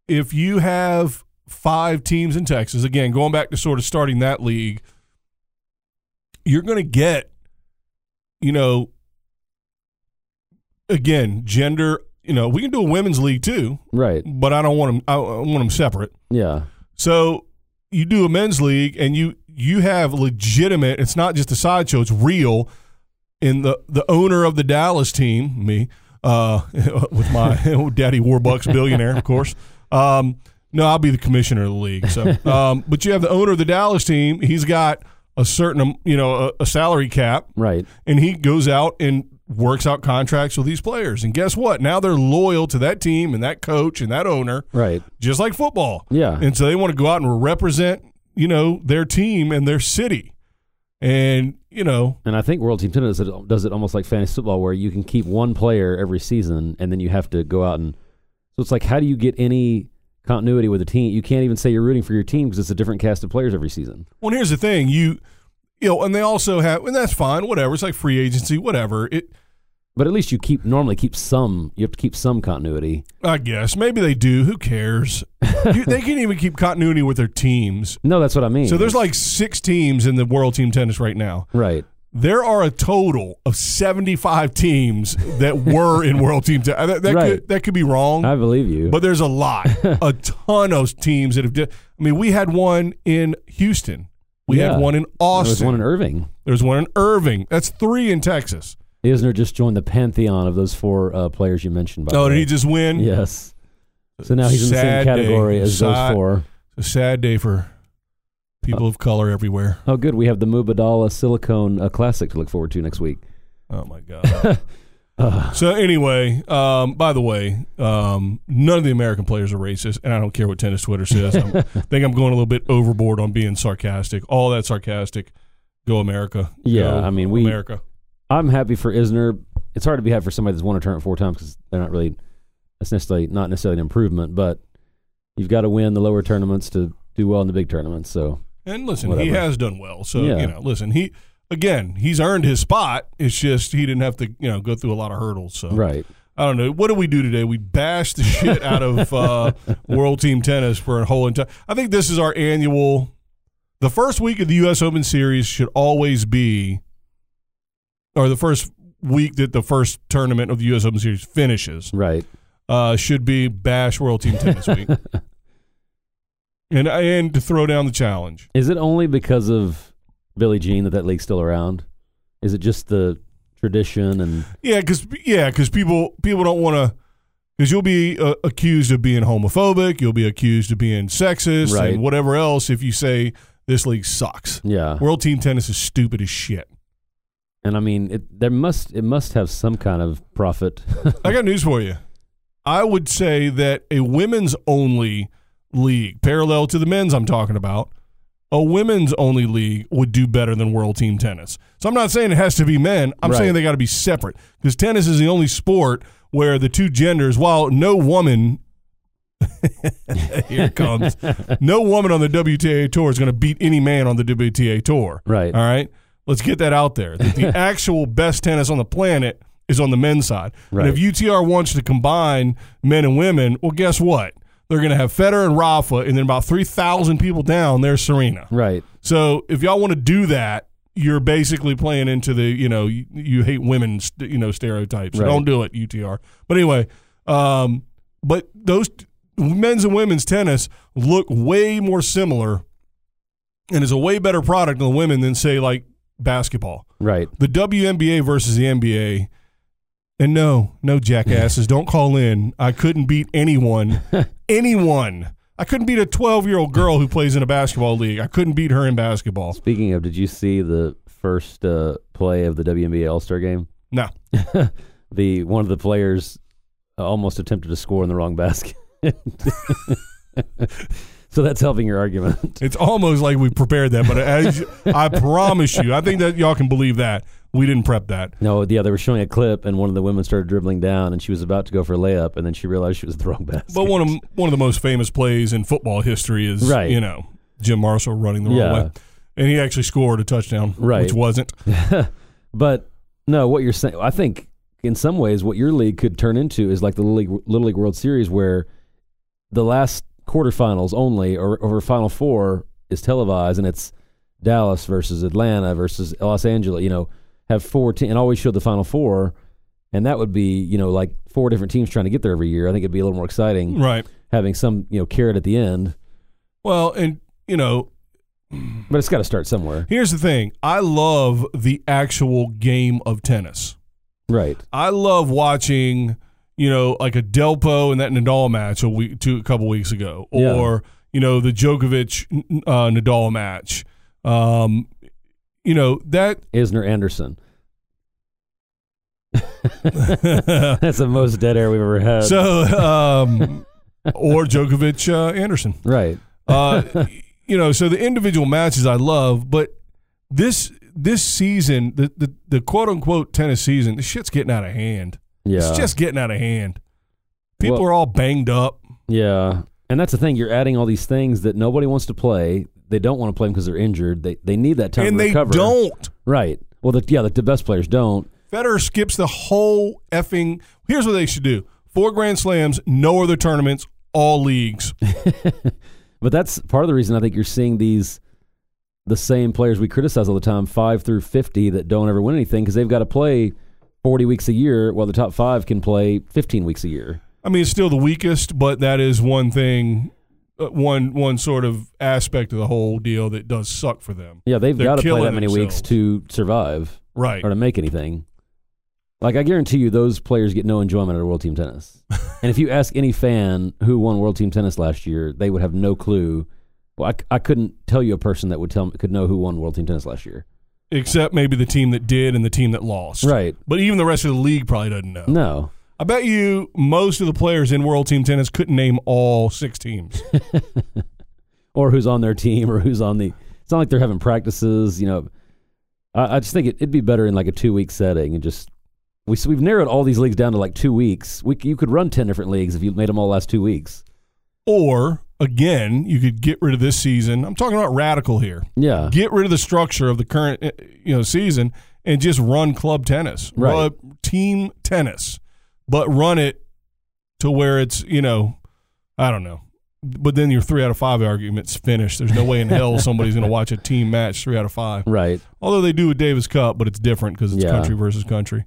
if you have five teams in Texas, again, going back to sort of starting that league, you're going to get you know again, gender, you know, we can do a women's league too,
Right?
but I don't want them I I want them separate.
Yeah.
So you do a men's league and you you have legitimate it's not just a sideshow, it's real. And the the owner of the Dallas team, me, uh [LAUGHS] with my daddy Warbucks billionaire, of course. Um no, I'll be the commissioner of the league. So um but you have the owner of the Dallas team, he's got a certain um, you know, a, a salary cap
Right.
and he goes out and works out contracts with these players. And guess what? Now they're loyal to that team and that coach and that owner
Right.
just like football.
Yeah.
And so they want to go out and represent, you know, their team and their city. And, you know,
And I think World Team Tennis does it, does it almost like fantasy football, where you can keep one player every season, and then you have to go out and. So it's like, how do you get any continuity with a team? You can't even say you're rooting for your team because it's a different cast of players every season.
well, here's the thing. You, you know, and they also have, and that's fine, whatever. It's like free agency, whatever. It,
But at least you keep normally keep some. You have to keep some continuity.
I guess. Maybe they do. Who
[LAUGHS]
cares? you, they can't even keep continuity with their teams.
No, that's what I mean.
So there's like six teams in the world team tennis right now.
right.
There are a total of 75 teams that were in world team tennis. That, that,
Right.
could, that could be wrong.
I believe you.
But there's a
[LAUGHS]
lot, a ton of teams that have. Di- I mean, we had one in Houston. We
Yeah.
had one in
there was
Austin.
one in Irving.
Irving. That's three in Texas.
Isner just joined the pantheon of those four uh, players you mentioned. By the
Oh,
way.
did he just win?
Yes. So now he's in the same
Sad day.
category as those
Sad-
four.
A sad day for people of color everywhere.
Oh, good. We have the Mubadala Silicone uh, Classic to look forward to next week. Uh,
Oh my god. so anyway, um, by the way, um, none of the American players are racist, and I don't care what tennis Twitter says.
[LAUGHS]
I'm, I think I'm going a little bit overboard on being sarcastic. All that sarcastic. Go America.
Yeah,
Go
I mean, we-
America.
I'm happy for Isner. It's hard to be happy for somebody that's won a tournament four times because they're not really that's necessarily not necessarily an improvement, but you've got to win the lower tournaments to do well in the big tournaments. So
And listen, he
Whatever.
has done well. So
Yeah.
you know, listen, he again, he's earned his spot. It's just he didn't have to, you know, go through a lot of hurdles. So
right,
I don't know. What do we do today? We bash the shit out of
[LAUGHS]
uh, World Team Tennis for a whole entire. I think this is our annual. The first week of the U.S. Open Series should always be, or the first week that the first tournament of the U.S. Open Series finishes
right,
uh, should be bash World Team Tennis Week, and and to throw down the challenge.
[LAUGHS] is it only because of Billie Jean that that league's still around? Is it just the tradition and
Yeah, because yeah, 'cause people people don't want to. Because you'll be uh, accused of being homophobic, you'll be accused of being sexist,
Right.
and whatever else if you say this league sucks.
yeah?
World team tennis is stupid as shit.
And I mean, it there must it must have some kind of profit. [LAUGHS]
I got news for you. I would say that a women's only league, parallel to the men's I'm talking about, a women's only league would do better than world team tennis. So I'm not saying it has to be men. I'm
Right.
saying they got to be separate because tennis is the only sport where the two genders, while no woman, [LAUGHS] here it comes, no woman on the WTA tour is going to beat any man on the WTA tour.
Right.
All right. Let's get that out there. That
[LAUGHS]
the actual best tennis on the planet is on the men's side.
Right.
And if UTR wants to combine men and women, well, guess what? They're going to have Federer and Rafa, and then about 3,000 people down, there's Serena.
right,
So if y'all want to do that, you're basically playing into the, you know, you, you hate women, st- you know, stereotypes. So
Right.
Don't do it, UTR. But anyway, um, but those men's and women's tennis look way more similar and is a way better product on women than, say, like basketball
right.
the WNBA versus the NBA. And
[LAUGHS]
no, no jackasses, don't call in. I couldn't beat anyone. anyone. I couldn't beat a 12 year old girl who plays in a basketball league. I couldn't beat her in basketball.
Speaking of, did you see the first uh, play of the WNBA All Star game?
No.
The one of the players uh, almost attempted to score in the wrong basket. [LAUGHS] so that's helping your argument. [LAUGHS]
It's almost like we prepared that, but as I promise you, I think that y'all can believe that we didn't prep that.
No, yeah, they were showing a clip, and one of the women started dribbling down, and she was about to go for a layup, and then she realized she was at the wrong basket.
But one of one of the most famous plays in football history is
Right.
you know Jim Marshall running the
Yeah.
wrong way, and he actually scored a touchdown,
Right.
Which wasn't.
But no, what you're saying, I think in some ways, what your league could turn into is like the Little League, Little League World Series, where the last quarterfinals only or, or Final Four is televised, and it's Dallas versus Atlanta versus Los Angeles. You know, have four teams and always show the Final Four, and that would be you know like four different teams trying to get there every year. I think it'd be a little more exciting
Right.
having some you know carrot at the end,
Well, and you know,
but it's got to start somewhere,
here's the thing. I love the actual game of tennis.
right?
I love watching, you know, like a Delpo and that Nadal match a week, two, a couple weeks ago,
Yeah.
or you know the Djokovic uh, Nadal match. Um, you know that
Isner
[LAUGHS]
Anderson. That's the most dead air we've ever had.
so, um, or Djokovic uh, Anderson.
right.
Uh, you know, so the individual matches I love, but this this season, the the, the quote unquote tennis season, the shit's getting out of hand.
Yeah.
It's just getting out of hand. People
Well-
are all banged up.
yeah. And that's the thing. You're adding all these things that nobody wants to play. They don't want to play them because they're injured. They they need that time
and
to
they
recover.
don't.
Right. Well, the, yeah, the, the best players don't.
Federer skips the whole effing. Here's what they should do: four Grand Slams, no other tournaments, all leagues.
But that's part of the reason I think you're seeing these the same players we criticize all the time, five through fifty, that don't ever win anything because they've got to play forty weeks a year, while the top five can play fifteen weeks a year.
I mean, it's still the weakest, but that is one thing, uh, one one sort of aspect of the whole deal that does suck for them.
Yeah, they've
They're
got to play
killing
that many weeks
themselves.
to survive
Right.
or to make anything. Like I guarantee you, those players get no enjoyment out of World
[LAUGHS]
Team Tennis. and if you ask any fan who won World Team Tennis last year, they would have no clue. Well, I, c- I couldn't tell you a person that would tell could know who won World Team Tennis last year.
Except maybe the team that did and the team that lost.
Right?
But even the rest of the league probably doesn't know.
No.
I bet you most of the players in World Team Tennis couldn't name all six teams.
Or who's on their team, or who's on the. It's not like they're having practices. You know, I, I just think it, it'd be better in like a two week setting and just. We, so we've narrowed all these leagues down to like two weeks. We, c- you could run 10 different leagues if you made them all last two weeks.
or, again, you could get rid of this season. I'm talking about radical here.
Yeah.
Get rid of the structure of the current uh, you know season and just run club tennis.
Right.
Run team tennis. But run it to where it's, you know, I don't know. But then your three out of five argument's finished. There's no way in hell somebody's going to watch a team match three out of five.
Right.
Although they do a Davis Cup, but it's different because it's
Yeah.
country versus country.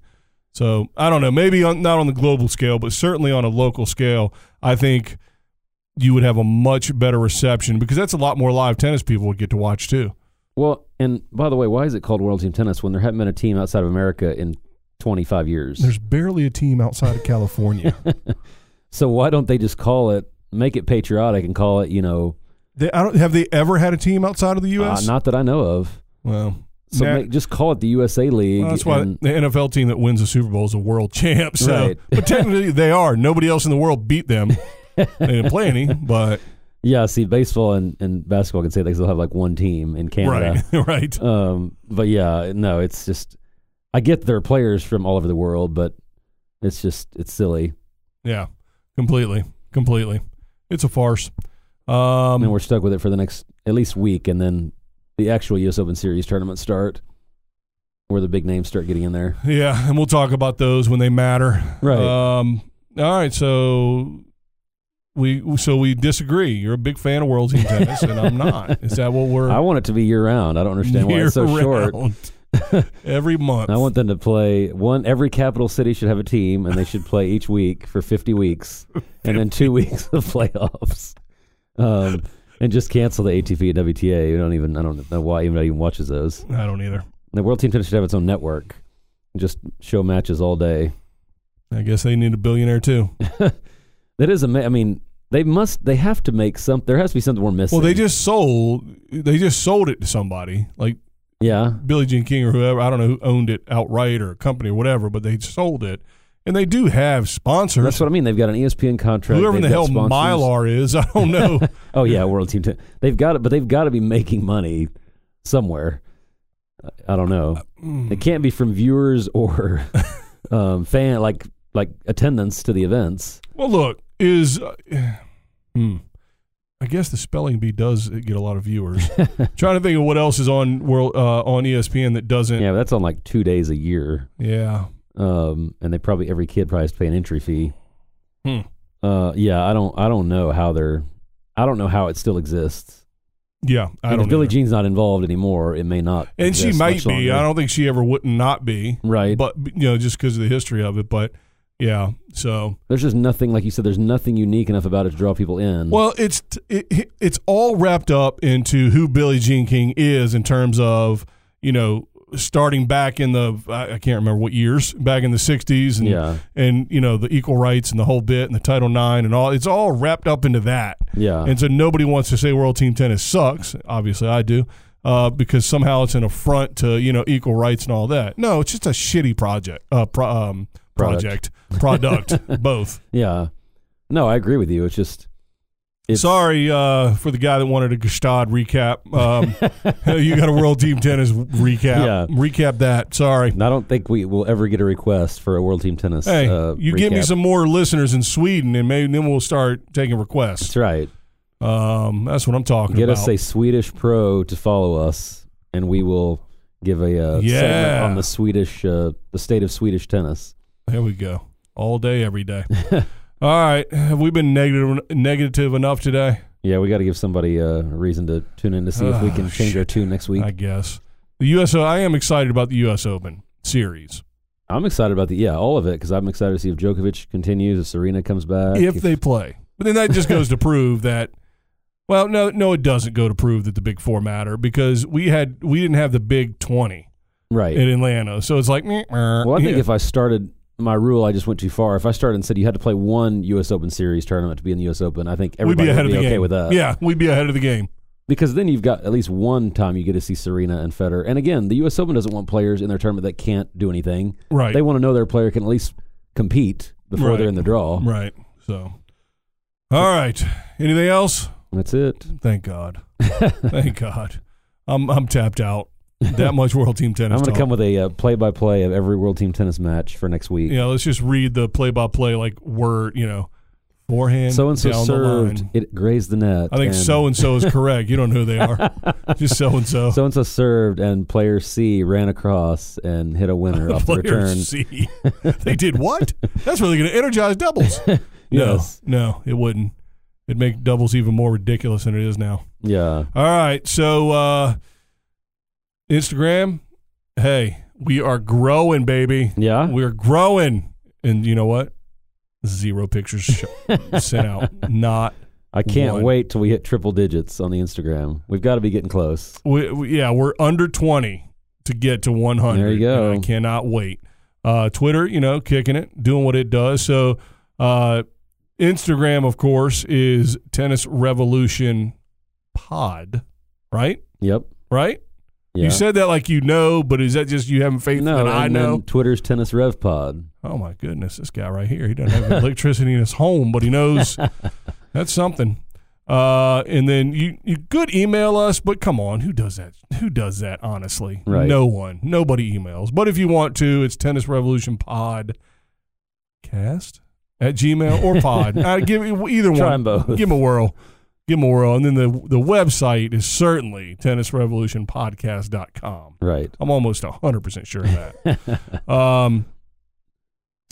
So I don't know. Maybe on, not on the global scale, but certainly on a local scale, I think you would have a much better reception because that's a lot more live tennis people would get to watch too.
Well, and by the way, why is it called World Team Tennis when there hadn't been a team outside of America in 25 years?
There's barely a team outside of
[LAUGHS]
California.
So why don't they just call it, make it patriotic and call it, you know,
they, I don't, have they ever had a team outside of the
uh,
U.S.?
not that I know of.
well,
So
nah,
make, just call it the USA League.
well, that's why
and-
the NFL team that wins the Super Bowl is a world champ. So,
Right.
[LAUGHS] but technically they are. Nobody else in the world beat them. they didn't play any, but
yeah, see, baseball and, and basketball can say they still have like one team in Canada.
[LAUGHS] right, right. [LAUGHS]
Um, but yeah, no, it's just, I get there are players from all over the world, but it's just, it's silly.
Yeah, completely, completely. It's a farce.
And
Um,
we're stuck with it for the next at least week, and then the actual U.S. Open Series tournaments start, where the big names start getting in there.
yeah, and we'll talk about those when they matter.
Right.
Um, all right. So we so we disagree. You're a big fan of World Team Tennis, and I'm
[LAUGHS]
not. Is that what we're?
I want it to be year round. I don't understand why it's so short. [LAUGHS]
short. [LAUGHS] Every month.
I want them to play one. Every capital city should have a team, and they should play each week for fifty weeks, and then two weeks of playoffs. Um, and just cancel the ATP and WTA. You don't even. I don't know why anybody even watches those.
I don't either.
The World Team Tennis should have its own network. Just show matches all day.
I guess they need a billionaire too.
That is ama- I mean, They must. They have to make some. There has to be something we're missing.
Well, they just sold. They just sold it to somebody, like
yeah.
Billie Jean King or whoever. I don't know who owned it outright or a company or whatever, but they sold it, and they do have sponsors.
That's what I mean. They've got an E ESPN contract.
Whoever in
they've
the hell
got sponsors.
Mylar is, I don't
[LAUGHS]
know.
Oh yeah, World Team. Ten. They've got it, but they've got to be making money somewhere. I- I don't know.
Hmm.
It can't be from viewers
[LAUGHS]
or um, fan like like attendance to the events.
well, look, is uh, hmm. I guess the spelling bee does get a lot of
[LAUGHS]
viewers. Trying to think of what else is on world uh, on ESPN that doesn't.
Yeah, but that's on like two days a year,
yeah.
um, and they probably every kid probably has to pay an entry fee.
Hmm.
Uh, yeah, I don't I don't know how they're I don't know how it still exists.
Yeah, I
And
don't.
if Billie
either.
Jean's not involved anymore, it may not.
and she
exist
might
much
be.
longer.
I don't think she ever would not be.
Right.
But you know, just because of the history of it. But yeah, so
There's just nothing like you said. There's nothing unique enough about it to draw people in.
well, it's t- it, it's all wrapped up into who Billie Jean King is in terms of you know starting back in the I I can't remember what years back in the '60s and
Yeah.
and you know the equal rights and the whole bit and the Title IX and all. It's all wrapped up into that.
yeah.
And so nobody wants to say World Team Tennis sucks. Obviously, I do. Uh, because somehow it's an affront to you know equal rights and all that. No, it's just a shitty project. Uh, pro, um, project,
Product. [LAUGHS]
product, both.
yeah. No, I agree with you. It's just It's-
Sorry uh, for the guy that wanted a Gestad recap.
[LAUGHS]
Um, you got a World Team Tennis recap.
Yeah.
Recap that. Sorry.
I don't think we will ever get a request for a World Team Tennis.
Hey,
uh,
you give me
recap.
some more listeners in Sweden, and maybe then we'll start taking requests.
That's right.
Um, that's what I'm talking
Get
about.
us a Swedish pro to follow us, and we will give a uh, segment
Yeah.
on the Swedish, uh, the state of Swedish tennis.
There we go. All day, every
[LAUGHS]
day. All right. Have we been negative negative enough today?
Yeah, we got to give somebody uh, a reason to tune in to see if we
Oh,
can change our
shit.
tune next week.
I guess the U.S. O- I am excited about the U.S. Open series
I'm excited about the yeah, all of it because I'm excited to see if Djokovic continues, if Serena comes back.
if they play. But then that just goes to prove that. Well, no, no, it doesn't go to prove that the Big Four matter because we had we didn't have the Big Twenty
right.
in Atlanta, so it's like.
Well, I think if I started my rule, I just went too far. If I started and said you had to play one U.S. Open Series tournament to be in the U.S. Open, I think
we'd be
everybody
ahead
would
of
be
the
okay
game
with that.
Yeah, we'd be ahead of the game.
because then you've got at least one time you get to see Serena and Federer. And again, the U.S. Open doesn't want players in their tournament that can't do anything.
Right.
They want to know their player can at least compete before
Right.
they're in the draw.
right. So. All right. Anything else?
That's it.
Thank
[LAUGHS]
God. Thank God. I'm I'm tapped out. That much World Team Tennis.
I'm going
talk.
to come with a uh, play-by-play of every World Team Tennis match for next week.
You know, let's just read the play-by-play like word. You know, forehand.
So and so
down the
served.
line.
It grazed the net.
I think so and so is correct. You don't know who they
[LAUGHS]
are. Just so and so.
So and so served, and player C ran across and hit
[LAUGHS]
a winner off the
Player
return.
C. [LAUGHS] they did what? That's really going to energize
[LAUGHS]
doubles.
Yes.
No, no, it wouldn't. It'd make doubles even more ridiculous than it is now.
Yeah.
All right. So uh Instagram, hey, we are growing, baby.
Yeah.
We're growing. And you know what? Zero pictures
[LAUGHS]
sh- sent out. Not
I can't
One.
wait till we hit triple digits on the Instagram. We've got to be getting close.
we, we- yeah, we're under 20 to get to 100.
There you go.
And I cannot wait. Uh, Twitter, you know, kicking it, doing what it does. So, uh, Instagram, of course, is Tennis Revolution Pod, right?
Yep.
Right?
Yeah.
You said that like you know, but is that just you having faith
no,
that I
and
know?
Then Twitter's tennis rev pod.
oh my goodness, this guy right here. He doesn't have electricity in his home, but he
[LAUGHS]
knows that's something. Uh, and then you, you could email us, but come on, who does that? Who does that, honestly?
Right.
No one. Nobody emails. But if you want to, it's Tennis Revolution Pod Cast at Gmail or
[LAUGHS]
Pod. I give either
Try
one.
'em both.
Give them a whirl. Give them a whirl. And then the, the website is certainly tennisrevolutionpodcast.com.
Right.
I'm almost 100% sure of that.
[LAUGHS]
um,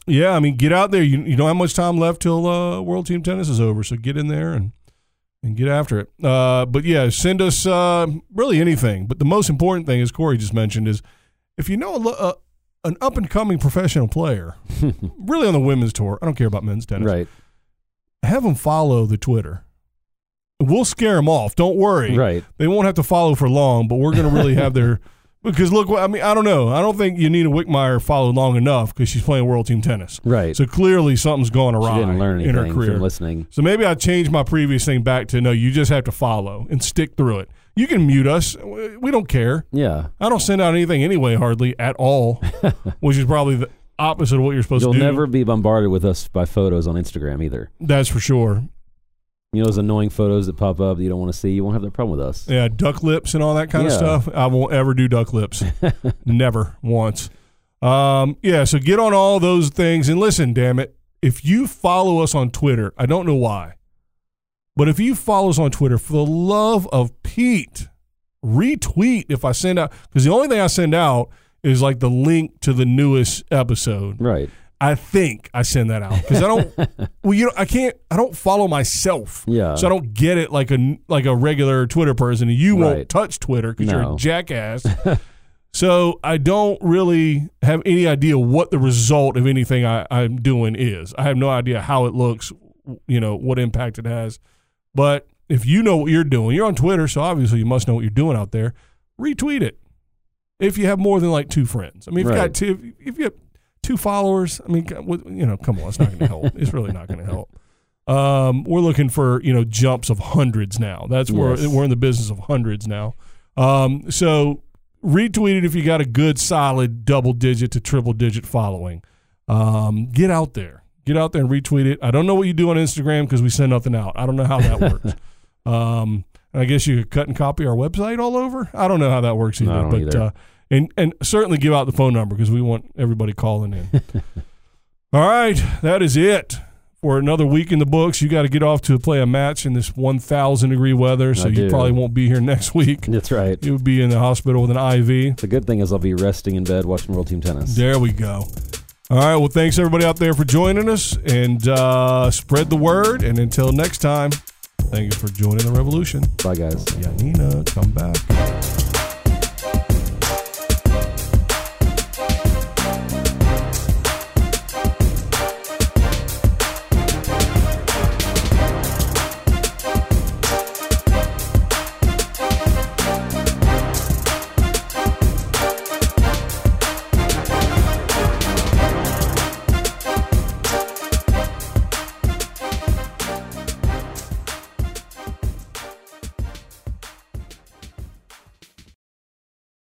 yeah, I mean, get out there. You, you don't have much time left till uh, World Team Tennis is over, so get in there and, and get after it. Uh, but yeah, send us uh, really anything. But the most important thing, as Corey just mentioned, is if you know a, lo- uh, an up and coming professional
[LAUGHS]
player, really on the women's tour, I don't care about men's tennis,
Right.
have them follow the Twitter. We'll scare them off. Don't worry
Right. [LAUGHS]
they won't have to follow for long, but we're going to really have their Because look, what- I mean, I don't know. I don't think Yanina Wickmeyer followed long enough because she's playing world team tennis.
Right.
So clearly something's gone
she
awry
didn't learn
in
anything
her career.
from listening.
So maybe I changed my previous thing back to no, you just have to follow and stick through it. You can mute us. We don't care.
Yeah.
I don't send out anything anyway, hardly at
[LAUGHS]
all, which is probably the opposite of what you're supposed
You'll
to do.
never be bombarded with us by photos on Instagram either.
That's for sure.
You know those annoying photos that pop up that you don't want to see. You won't have that problem with us.
Yeah, duck lips and all that kind of
Yeah.
stuff. I won't ever do duck lips. Never once. Um, yeah, so get on all those things and listen, damn it. If you follow us on Twitter, I don't know why, but if you follow us on Twitter, for the love of Pete, retweet if I send out, because the only thing I send out is like the link to the newest episode.
Right.
I think I send that out because I
[LAUGHS]
don't. well, you know, I can't. I don't follow myself.
Yeah.
So I don't get it like a like a regular Twitter person. And you won't
Right.
touch Twitter because you're a
No. [LAUGHS]
jackass. so I don't really have any idea what the result of anything I, I'm doing is. I have no idea how it looks. You know what impact it has. But if you know what you're doing, you're on Twitter, so obviously you must know what you're doing out there. Retweet it if you have more than like two friends. I mean, if you got
Right.
two, if you have two followers, I mean, c- what- you know, come on, it's not going to help. It's really not going to help. Um, we're looking for you know jumps of hundreds now. That's where
Yes.
we're in the business of hundreds now. Um, so retweet it if you got a good solid double digit to triple digit following. Um, get out there, get out there and retweet it. I don't know what you do on Instagram because we send nothing out. I don't know how that
[LAUGHS]
works. Um, and I guess you could cut and copy our website all over. I don't know how that works either.
No, I don't
but
either.
Uh, and and certainly give out the phone number because we want everybody calling
[LAUGHS]
in. all right, that is it for another week in the books. You got to get off to play a match in this 1,000 degree weather, so
I
you
do.
probably won't be here [LAUGHS] next week.
That's right.
You would be in the hospital with an IV.
The good thing is I'll be resting in bed watching World Team Tennis.
There we go. All right. Well, thanks everybody out there for joining us and uh, spread the word. And until next time, thank you for joining the revolution.
Bye guys.
Yanina, come back.